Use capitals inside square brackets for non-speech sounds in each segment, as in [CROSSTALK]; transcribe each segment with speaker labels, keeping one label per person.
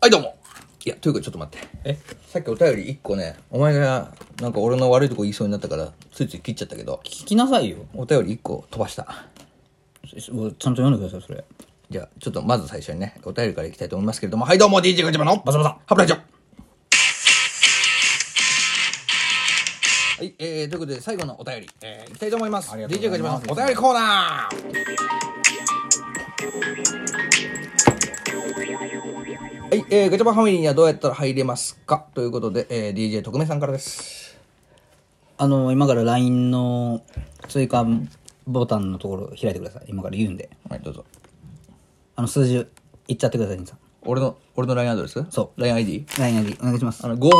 Speaker 1: はい、どうも。いや、というかちょっと待って。
Speaker 2: え
Speaker 1: さっきお便り1個ね、お前が、なんか俺の悪いとこ言いそうになったから、ついつい切っちゃったけど、
Speaker 2: 聞きなさいよ
Speaker 1: お便り1個飛ばした。
Speaker 2: ちゃんと読んでくださいそれ
Speaker 1: じゃあ、ちょっとまず最初にね、お便りからいきたいと思いますけれども、はい、どうも、DJ ガチャバの、
Speaker 2: バサバサ
Speaker 1: ハブラジオ。はい、えー、ということで、最後のお便り、えー、いきたいと思います。
Speaker 2: ありがとうご
Speaker 1: DJ
Speaker 2: ざ
Speaker 1: ガ
Speaker 2: い
Speaker 1: チャ
Speaker 2: ま
Speaker 1: バ
Speaker 2: す
Speaker 1: のお便りコーナーはい、えー、ガチャバファミリーにはどうやったら入れますかということで、えー、DJ 特命さんからです。
Speaker 2: あの今から LINE の追加ボタンのところ開いてください今から言うんで
Speaker 1: はい、どうぞ。
Speaker 2: あの数字言っちゃってください兄さん
Speaker 1: 俺の、俺の LINE アドレス。
Speaker 2: そう
Speaker 1: LINEID?
Speaker 2: LINE よりお願いします
Speaker 1: あの、58423。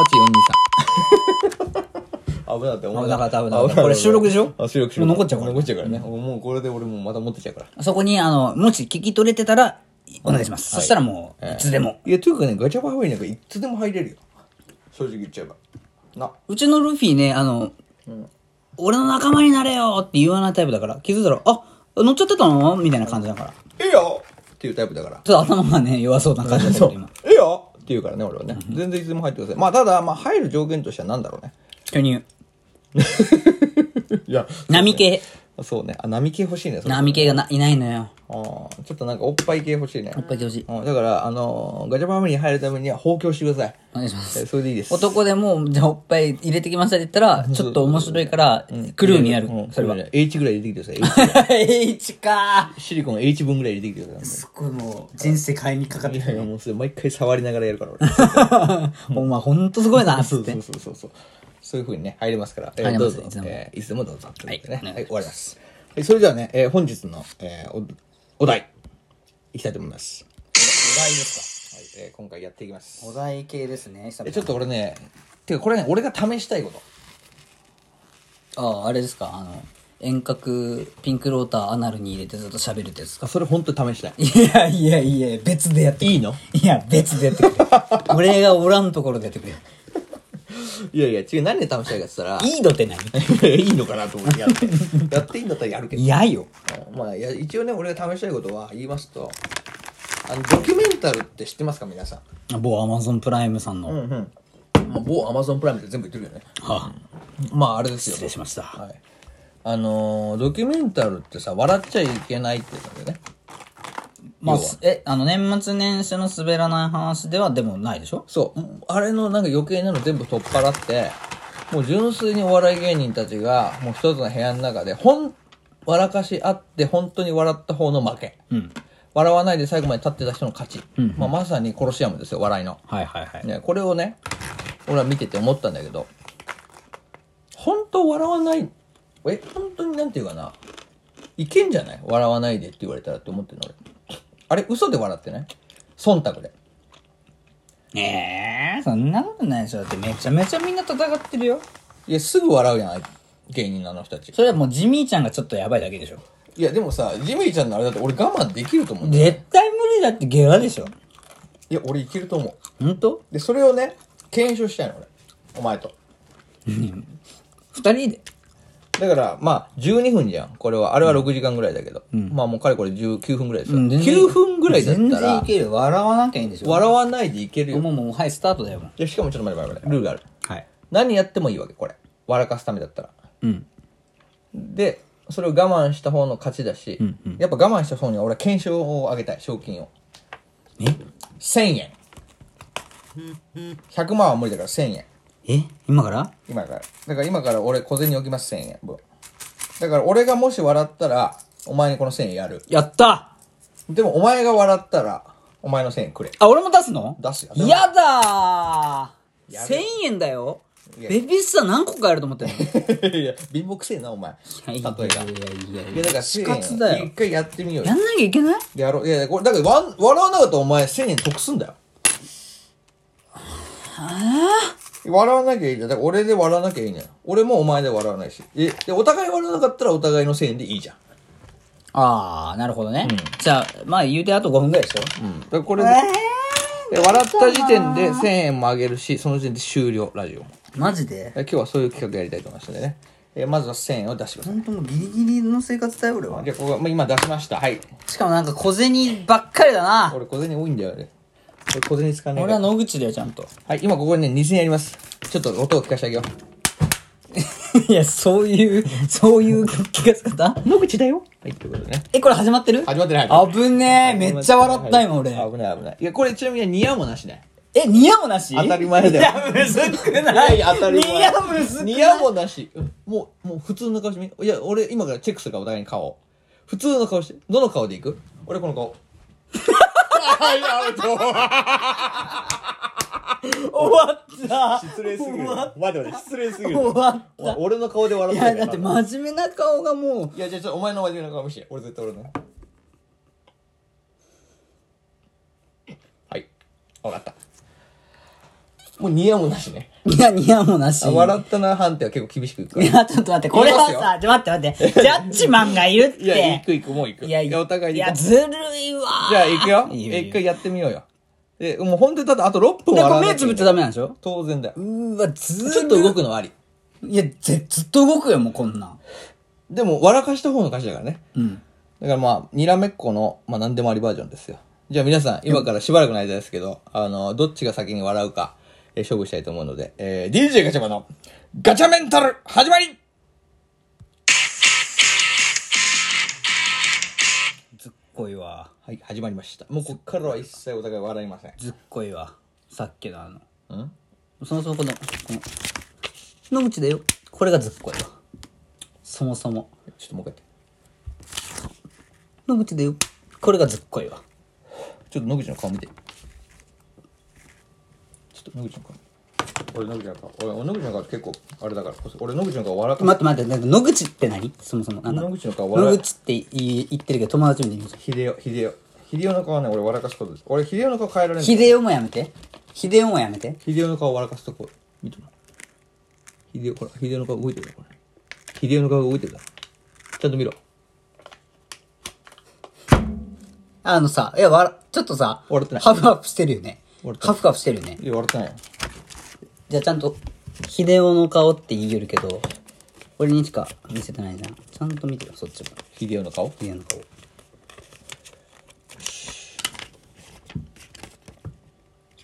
Speaker 1: 危なかった、
Speaker 2: 危なかった危なかったこれ収録でしょ
Speaker 1: あ、収録収録。
Speaker 2: もう残っちゃうから
Speaker 1: 残っちゃうからね。もうこれで俺もうまた持ってきちゃうから。
Speaker 2: そこにあのもし聞き取れてたらお願いします、そしたらもう、い、つでも、
Speaker 1: いや、というかね、ガチャバハウイなんかいつでも入れるよ。正直言っちゃえば。な。
Speaker 2: うちのルフィねあの、俺の仲間になれよって言わないタイプだから気づいたらあ乗っちゃってたのみたいな感じだから
Speaker 1: ええよっていうタイプだから。
Speaker 2: ちょっと頭がね弱そうな感じだったけど今
Speaker 1: ええよって言うからね、俺はね。全然いつでも入ってください。まあ、ただ、まあ、入る条件としては何だろうね。
Speaker 2: 巨乳
Speaker 1: [LAUGHS] いや。
Speaker 2: 波系
Speaker 1: そうね。あ、波系欲しいね。それ
Speaker 2: 波系がないないのよ
Speaker 1: あーちょっとなんかおっぱい系欲しいね。
Speaker 2: おっぱい系欲しい
Speaker 1: うんだから、あのーガチャバファミリーに入るためには、放教してください。
Speaker 2: お願いします
Speaker 1: えそれでいいです。
Speaker 2: 男でも、じゃあおっぱい入れてきましたって言ったら、ちょっと面白いから、クルーになる。そ [LAUGHS] れは。
Speaker 1: H ぐらい入れてきてください。
Speaker 2: H か
Speaker 1: H シリコン H 分ぐらい入れてきてくださ
Speaker 2: すごいもう、人生買いにかかっ
Speaker 1: い。い
Speaker 2: て
Speaker 1: やいや、もうそれ毎回触りながらやるから、俺。
Speaker 2: る。 [LAUGHS] お前ほんとすごいな、つって。
Speaker 1: そうそうそうそう。そういうふうにね、入れますから、え
Speaker 2: 入
Speaker 1: ー、
Speaker 2: れ
Speaker 1: ど
Speaker 2: ま
Speaker 1: う
Speaker 2: す
Speaker 1: ぞ
Speaker 2: いつで。も
Speaker 1: えーいつでもどうぞ。ということで
Speaker 2: はい
Speaker 1: ね。はい、終わります。はいそれではね、えー本日の、えーおお題、いきたいと思います。
Speaker 2: お題です
Speaker 1: はい、えー今回やっていきます
Speaker 2: か。お。題系ですね、
Speaker 1: え
Speaker 2: 久々
Speaker 1: ちょっと俺ね、てかこれね、俺が試したいこと。
Speaker 2: ああ、あれですか、あの、遠隔ピンクローターアナルに入れてずっと喋るってやつですか。
Speaker 1: あそれ本当に試したい。
Speaker 2: いやいやいや、別でやってくれ
Speaker 1: いいの
Speaker 2: いや、別でやってくれ。俺がおらんところでやってくれ。
Speaker 1: いやいや、違う、何で試したいかって言ったら、
Speaker 2: いいのって何
Speaker 1: [LAUGHS] いやいいのかなと思ってやって。やっていいんだったらやるけど。
Speaker 2: 嫌よ。
Speaker 1: まあ、いや一応ね、俺が試したいことは言いますと、あの、ドキュメンタルって知ってますか、皆さん。
Speaker 2: 某アマゾンプライムさんの。
Speaker 1: うんうん。まあ、某アマゾンプライムで全部言ってるよね。
Speaker 2: は
Speaker 1: まあ、あれですよ。
Speaker 2: 失礼しました。
Speaker 1: はい。あのードキュメンタルってさ、笑っちゃいけないって言うんだよね。
Speaker 2: まあ
Speaker 1: 要は、
Speaker 2: え、あの、年末年始の滑らない話ではでもないでしょ
Speaker 1: そう。あれのなんか余計なの全部取っ払って、もう純粋にお笑い芸人たちが、もう一つの部屋の中で、ほん、笑かし合って、本当に笑った方の負け。
Speaker 2: うん。
Speaker 1: 笑わないで最後まで立ってた人の勝ち。まあ、まさにコロシアムですよ、笑いの。
Speaker 2: はいはいはい。
Speaker 1: ね、これをね、俺は見てて思ったんだけど、本当笑わない、え、本当になんていうかな、いけんじゃない笑わないでって言われたらって思ってるの俺。あれ、嘘で笑ってない忖度で。
Speaker 2: ええー、そんなことないでしょだってめちゃめちゃみんな戦ってるよ。
Speaker 1: いや、すぐ笑うじゃない芸人のあの人たち。
Speaker 2: それはもうジミーちゃんがちょっとやばいだけでしょ
Speaker 1: いや、でもさ、ジミーちゃんのあれだって俺我慢できると思うんだよ。
Speaker 2: 絶対無理だってゲラでしょ
Speaker 1: いや、俺いけると思う。
Speaker 2: ほんと
Speaker 1: で、それをね、検証したいの、俺。お前と。
Speaker 2: 二人で。
Speaker 1: だから、まあ、12分じゃん。これは、あれは6時間ぐらいだけど。まあ、もうかれこれ19分ぐらいですよ。
Speaker 2: うん全然
Speaker 1: 9分ぐらいだった
Speaker 2: 全然
Speaker 1: ら
Speaker 2: い、ける。笑わなきゃいいんでしょ
Speaker 1: 笑わないでいけるよ。
Speaker 2: もうもう、はい、スタートだよ、も
Speaker 1: いや、しかもちょっと待って待って待って、ルールがある。
Speaker 2: う。はい。
Speaker 1: 何やってもいいわけ、これ。笑かすためだったら。
Speaker 2: うん。
Speaker 1: で、それを我慢した方の勝ちだし、やっぱ我慢した方には俺は検証をあげたい、賞金を。1000円。100万は無理だから1000円。
Speaker 2: ええ今から
Speaker 1: 今から。だから今から俺小銭置きます、1000円分。だから俺がもし笑ったら、お前にこの1000円やる。
Speaker 2: やった
Speaker 1: でもお前が笑ったら、お前の1000円くれ。
Speaker 2: あ、俺も出すの
Speaker 1: 出すよ
Speaker 2: やだー
Speaker 1: や
Speaker 2: !1000 円だよ
Speaker 1: いや
Speaker 2: ベビースター何個買えると思ってんの
Speaker 1: [LAUGHS] いや、貧乏くせえな、お前。例えが。い
Speaker 2: いやいやいやい
Speaker 1: や、だから
Speaker 2: 死
Speaker 1: 1000
Speaker 2: 活だ
Speaker 1: 円、
Speaker 2: よ
Speaker 1: 一。回やってみようよ
Speaker 2: やん。なきゃいけない
Speaker 1: やろう。いやいや、これ、だからわん、笑わなかったらお前1000円得すんだよ。笑わなきゃいいんだよ。だから俺で笑わなきゃいいんだよ。俺もお前で笑わないし。え、で、お互い笑わなかったらお互いの1000円でいいじゃん。
Speaker 2: あー、なるほどね。じゃあ、まあ言うてあと5分ぐらいでしょ
Speaker 1: うん。だからこれで、で笑った時点で1000円もあげるし、その時点で終了、ラジオも。
Speaker 2: マジで
Speaker 1: え今日はそういう企画やりたいと思いますのでね。えまずは1000円を出してくださ。。
Speaker 2: ほんともうギリギリの生活だよ、俺はい
Speaker 1: じゃあ、ここが、まあ、今出しました。はい。
Speaker 2: しかもなんか小銭ばっかりだな。
Speaker 1: 俺小銭多いんだよね。れ小銭使わないか
Speaker 2: 俺
Speaker 1: ら
Speaker 2: は野口だよ、ちゃんと。
Speaker 1: はい、今ここにね、2000円あります。ちょっと音を聞かせてあげよう。
Speaker 2: [LAUGHS] いや、そういう、そういう聞かせ方
Speaker 1: 野口だよはい、ということでね。
Speaker 2: え、これ始まってる
Speaker 1: 始まってない
Speaker 2: 危ねえ。めっちゃ笑った今俺。
Speaker 1: 危ない危ない。いや、これちなみにニヤもなしね。
Speaker 2: え、ニヤもなし
Speaker 1: 当たり前だよ
Speaker 2: いや、むずくない。
Speaker 1: いやいや当たり前
Speaker 2: ニヤむずくない。
Speaker 1: ニヤもなし。うんもう、もう普通の顔してみ。いや、俺今からチェックするからお互いに顔。普通の顔して、どの顔でいく俺この顔。はい、アウト
Speaker 2: 終わった。
Speaker 1: 失礼すぎる。
Speaker 2: 終わっ
Speaker 1: 待って待って、失礼すぎ
Speaker 2: た。
Speaker 1: る。
Speaker 2: 終わった。
Speaker 1: 俺の顔で笑
Speaker 2: い
Speaker 1: って
Speaker 2: や、
Speaker 1: る
Speaker 2: だって真面目な顔がもう。
Speaker 1: いや、じゃあちょっとお前の真面目な顔見して。俺絶対俺の。はい。わかった。もうニヤもなしね。
Speaker 2: いや、ニヤもなし。
Speaker 1: あ笑ったな判定は結構厳しくいくか
Speaker 2: い
Speaker 1: ら。
Speaker 2: や、ちょっと待って、これは
Speaker 1: 言い
Speaker 2: さ、ちょ、待って待って、ジャッジマンがいるって。
Speaker 1: いや、いくいく、もういく。
Speaker 2: いや、い
Speaker 1: お互いに行こ
Speaker 2: や、
Speaker 1: う。
Speaker 2: ずるいわー。
Speaker 1: じゃあ、いくよ。
Speaker 2: いいよいい
Speaker 1: 一
Speaker 2: よ
Speaker 1: 回やってみようよ。で、もう本当にただあと6分
Speaker 2: で、
Speaker 1: 笑
Speaker 2: こ
Speaker 1: わ
Speaker 2: れ
Speaker 1: なき
Speaker 2: 目つ
Speaker 1: ゃいけな
Speaker 2: ぶっ
Speaker 1: い
Speaker 2: ちゃダメなんでしょ
Speaker 1: 当然だよ。
Speaker 2: うーわ、ずるい
Speaker 1: ちょっと動くのはあり。
Speaker 2: いや、ぜずっと動くよ、もうこんなん。
Speaker 1: でも、笑かした方の勝ちだからね。
Speaker 2: うん。
Speaker 1: だからまあ、にらめっこの、まあ何でもありバージョンですよ。じゃあ皆さん、今からしばらくの間ですけど、あの、どっちが先に笑うか、えー勝負したいと思うので、えー、DJ ガチャマンのガチャメンタル始まり
Speaker 2: ずっこいわ。
Speaker 1: はい、始まりました。もうこっからは一切お互い笑いません。
Speaker 2: ずっこいわ。さっきのあの。
Speaker 1: うん
Speaker 2: そもそもこの、この、野口だよ。これがずっこいわ。そもそも。
Speaker 1: ちょっともう一回やって。
Speaker 2: 野口だよ。これがずっこいわ。
Speaker 1: ちょっと野口の顔見て。ちょっと野口の顔。俺野口の顔。俺野口の顔結構、あれだから、俺野口の顔笑か
Speaker 2: 待って待って、なんか野口って何そもそも。なんか
Speaker 1: 野口の顔笑
Speaker 2: 野
Speaker 1: い
Speaker 2: 口って言い言ってるけど、友達みたいに言うじゃん。
Speaker 1: 秀夫、秀夫。秀夫の顔はね、俺笑かすことです。俺秀夫の顔変えられない。
Speaker 2: 秀夫もやめて。秀夫もやめて。
Speaker 1: ヒデオの顔笑かすとこ見てもらう。ヒデオ、ほら、ヒデオの顔動いてるよ、これ。ヒデオの顔が動いてるだろ。ちゃんと見ろ。
Speaker 2: あのさ、いや、わら、ちょっとさ、
Speaker 1: 笑ってない
Speaker 2: ハフハフしてるよね
Speaker 1: 笑っ。てな
Speaker 2: ハフハフしてるよね。
Speaker 1: いや、笑ってないよ。
Speaker 2: じゃあちゃんと、秀夫の顔って言いよるけど、俺にしか見せてないじゃん。ちゃんと見てよ、そっちも。
Speaker 1: ヒデオの顔
Speaker 2: 秀夫の顔。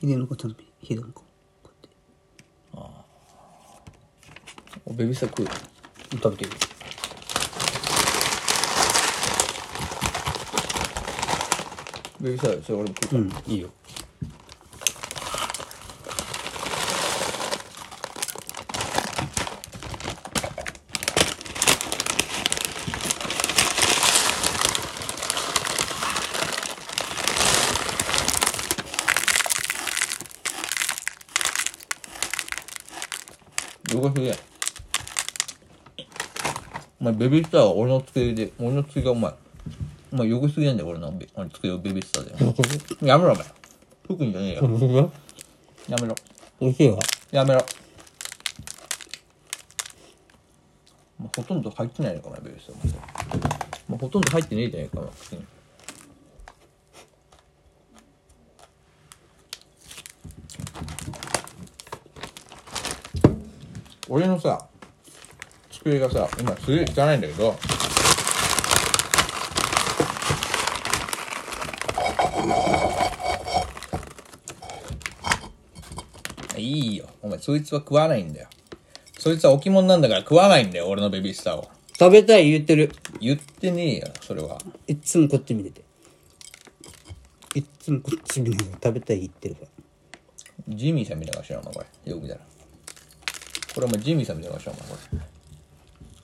Speaker 2: 秀夫の顔ちゃんと見て、秀夫の顔。こうや
Speaker 1: おベビースター食うよ。
Speaker 2: って食べてる。
Speaker 1: ベビースター、それ俺も食う。
Speaker 2: うん、いいよ。
Speaker 1: 動画すげえ。お前、ベビースターは俺の机で、俺の机がお前、お前汚しすぎなんだよ、俺のベ俺の机をベビースターで。やめろ、お前。特にじゃねえよ。やめろ。
Speaker 2: 美味しいわ。
Speaker 1: やめろ。もうほとんど入ってないのかな、ベースは。もうほとんど入ってねえじゃないかな、口に。俺のさ、机がさ、今すげえ汚いんだけど、いいよ。お前、そいつは食わないんだよ。そいつは置物なんだから食わないんだよ、俺のベビースターを。
Speaker 2: 食べたい言ってる。
Speaker 1: 言ってねえよ、それは。
Speaker 2: いっつもこっち見てて。いっつもこっち見ながら食べたい言ってるから。
Speaker 1: ジミーさんみたいな顔してるなお前これ。よく見たら。これお前ジミーさんみたいな顔してるなお前これ。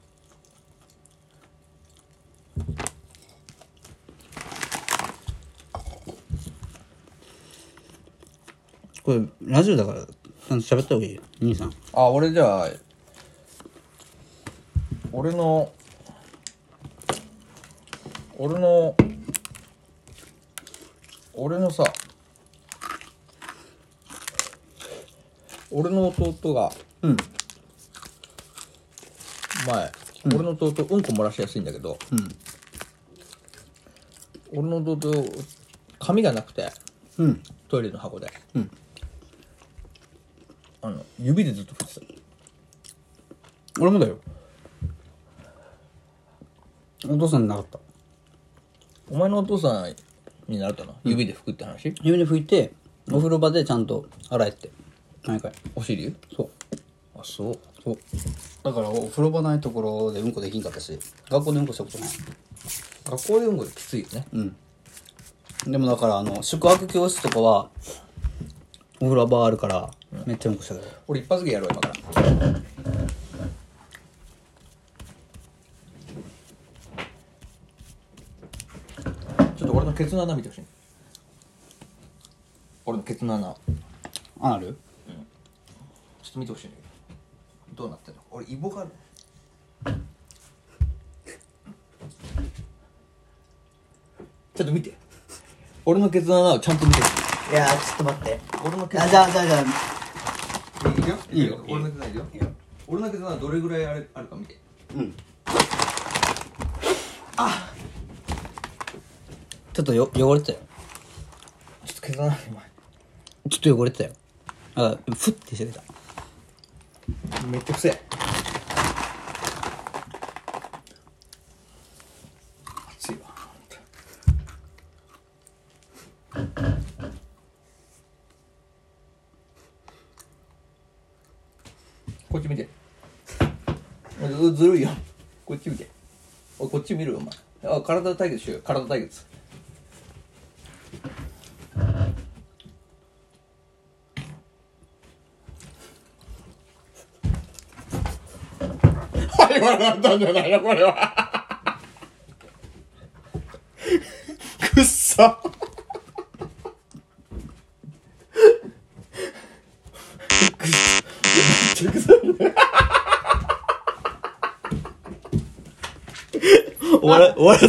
Speaker 2: これ、ラジオだから、ちゃんと喋った方がいいよ、兄さん。
Speaker 1: あ、俺じゃあ、俺の、俺の、俺のさ、俺の弟が、
Speaker 2: うん。
Speaker 1: 前、俺の弟うんこ漏らしやすいんだけど、俺の弟髪がなくて
Speaker 2: うん。
Speaker 1: トイレの箱で、
Speaker 2: うん
Speaker 1: あの指でずっと振ってた
Speaker 2: 俺もだよ。お父さんなかった。
Speaker 1: お前のお父さんになるとな指で拭くって話、
Speaker 2: 指で拭いて、お風呂場でちゃんと洗えって。毎回。
Speaker 1: お尻
Speaker 2: そう。
Speaker 1: あそう
Speaker 2: そう。だから、お風呂場ないところでうんこできんかったし、学校でうんこしたことない。
Speaker 1: 学校でうんこできついよね
Speaker 2: でもだから、あの、宿泊教室とかは、お風呂場あるから、めっちゃうんこしたけど。
Speaker 1: 俺一発芸やろう今からちょっと俺のケツの穴見てほしい俺のケツの穴ちょ
Speaker 2: ある
Speaker 1: っと見てほしいんだけどどうなってんの俺イボがあるちょっと見て俺のケツの穴をちゃんと見てほしい
Speaker 2: いやー、ちょっと待って。
Speaker 1: 俺のケツ
Speaker 2: あ、じゃあ、じゃあ、じゃあ、
Speaker 1: いくよ
Speaker 2: いいよ
Speaker 1: 俺のケツの穴いくよ俺のケツの穴どれぐらいあるあるか見て
Speaker 2: うん。あちょっとよ、汚れてたよ。
Speaker 1: ちょっとケツの穴今
Speaker 2: ちょっと汚れてたよ。あ、ふってしてた。
Speaker 1: めっちゃくせえ熱いわこっち見ておいずずるいよこっち見ておいこっち見るよお前あ体対決しようよ体対決はい笑ったんじゃないのこれはくっそくっそめっちゃくそ
Speaker 2: 終わら、終わら